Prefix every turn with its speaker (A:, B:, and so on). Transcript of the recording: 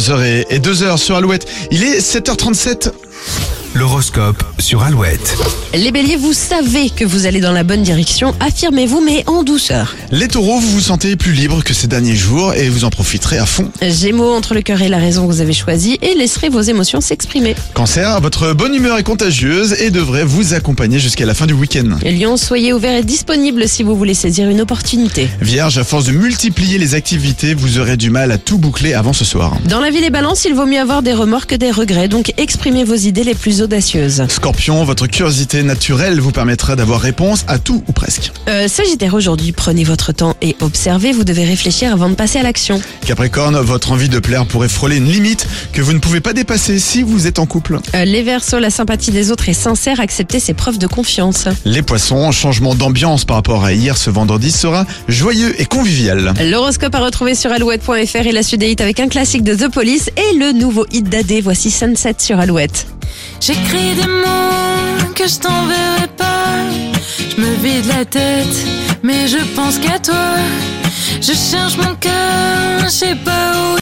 A: 11h et 2h sur Alouette. Il est 7h37.
B: L'horoscope sur Alouette.
C: Les béliers, vous savez que vous allez dans la bonne direction, affirmez-vous mais en douceur.
A: Les taureaux, vous vous sentez plus libre que ces derniers jours et vous en profiterez à fond.
C: Gémeaux, entre le cœur et la raison, vous avez choisi et laisserez vos émotions s'exprimer.
A: Cancer, votre bonne humeur est contagieuse et devrait vous accompagner jusqu'à la fin du week-end.
C: Lion, soyez ouvert et disponible si vous voulez saisir une opportunité.
A: Vierge, à force de multiplier les activités, vous aurez du mal à tout boucler avant ce soir.
C: Dans la vie des balances, il vaut mieux avoir des remords que des regrets, donc exprimez vos idées les plus audacieuses.
A: Scorpion, votre curiosité naturelle vous permettra d'avoir réponse à tout ou presque.
C: Euh, Sagittaire, aujourd'hui, prenez votre temps et observez, vous devez réfléchir avant de passer à l'action.
A: Capricorne, votre envie de plaire pourrait frôler une limite que vous ne pouvez pas dépasser si vous êtes en couple.
C: Euh, les Verseaux, la sympathie des autres est sincère, acceptez ses preuves de confiance.
A: Les poissons, changement d'ambiance par rapport à hier ce vendredi sera joyeux et convivial.
C: L'horoscope à retrouver sur alouette.fr et la suite des hits avec un classique de The Police et le nouveau hit d'AD, voici Sunset sur Alouette.
D: J'écris des mots que je t'enverrai pas. Je me vide la tête, mais je pense qu'à toi. Je cherche mon cœur, je sais pas où.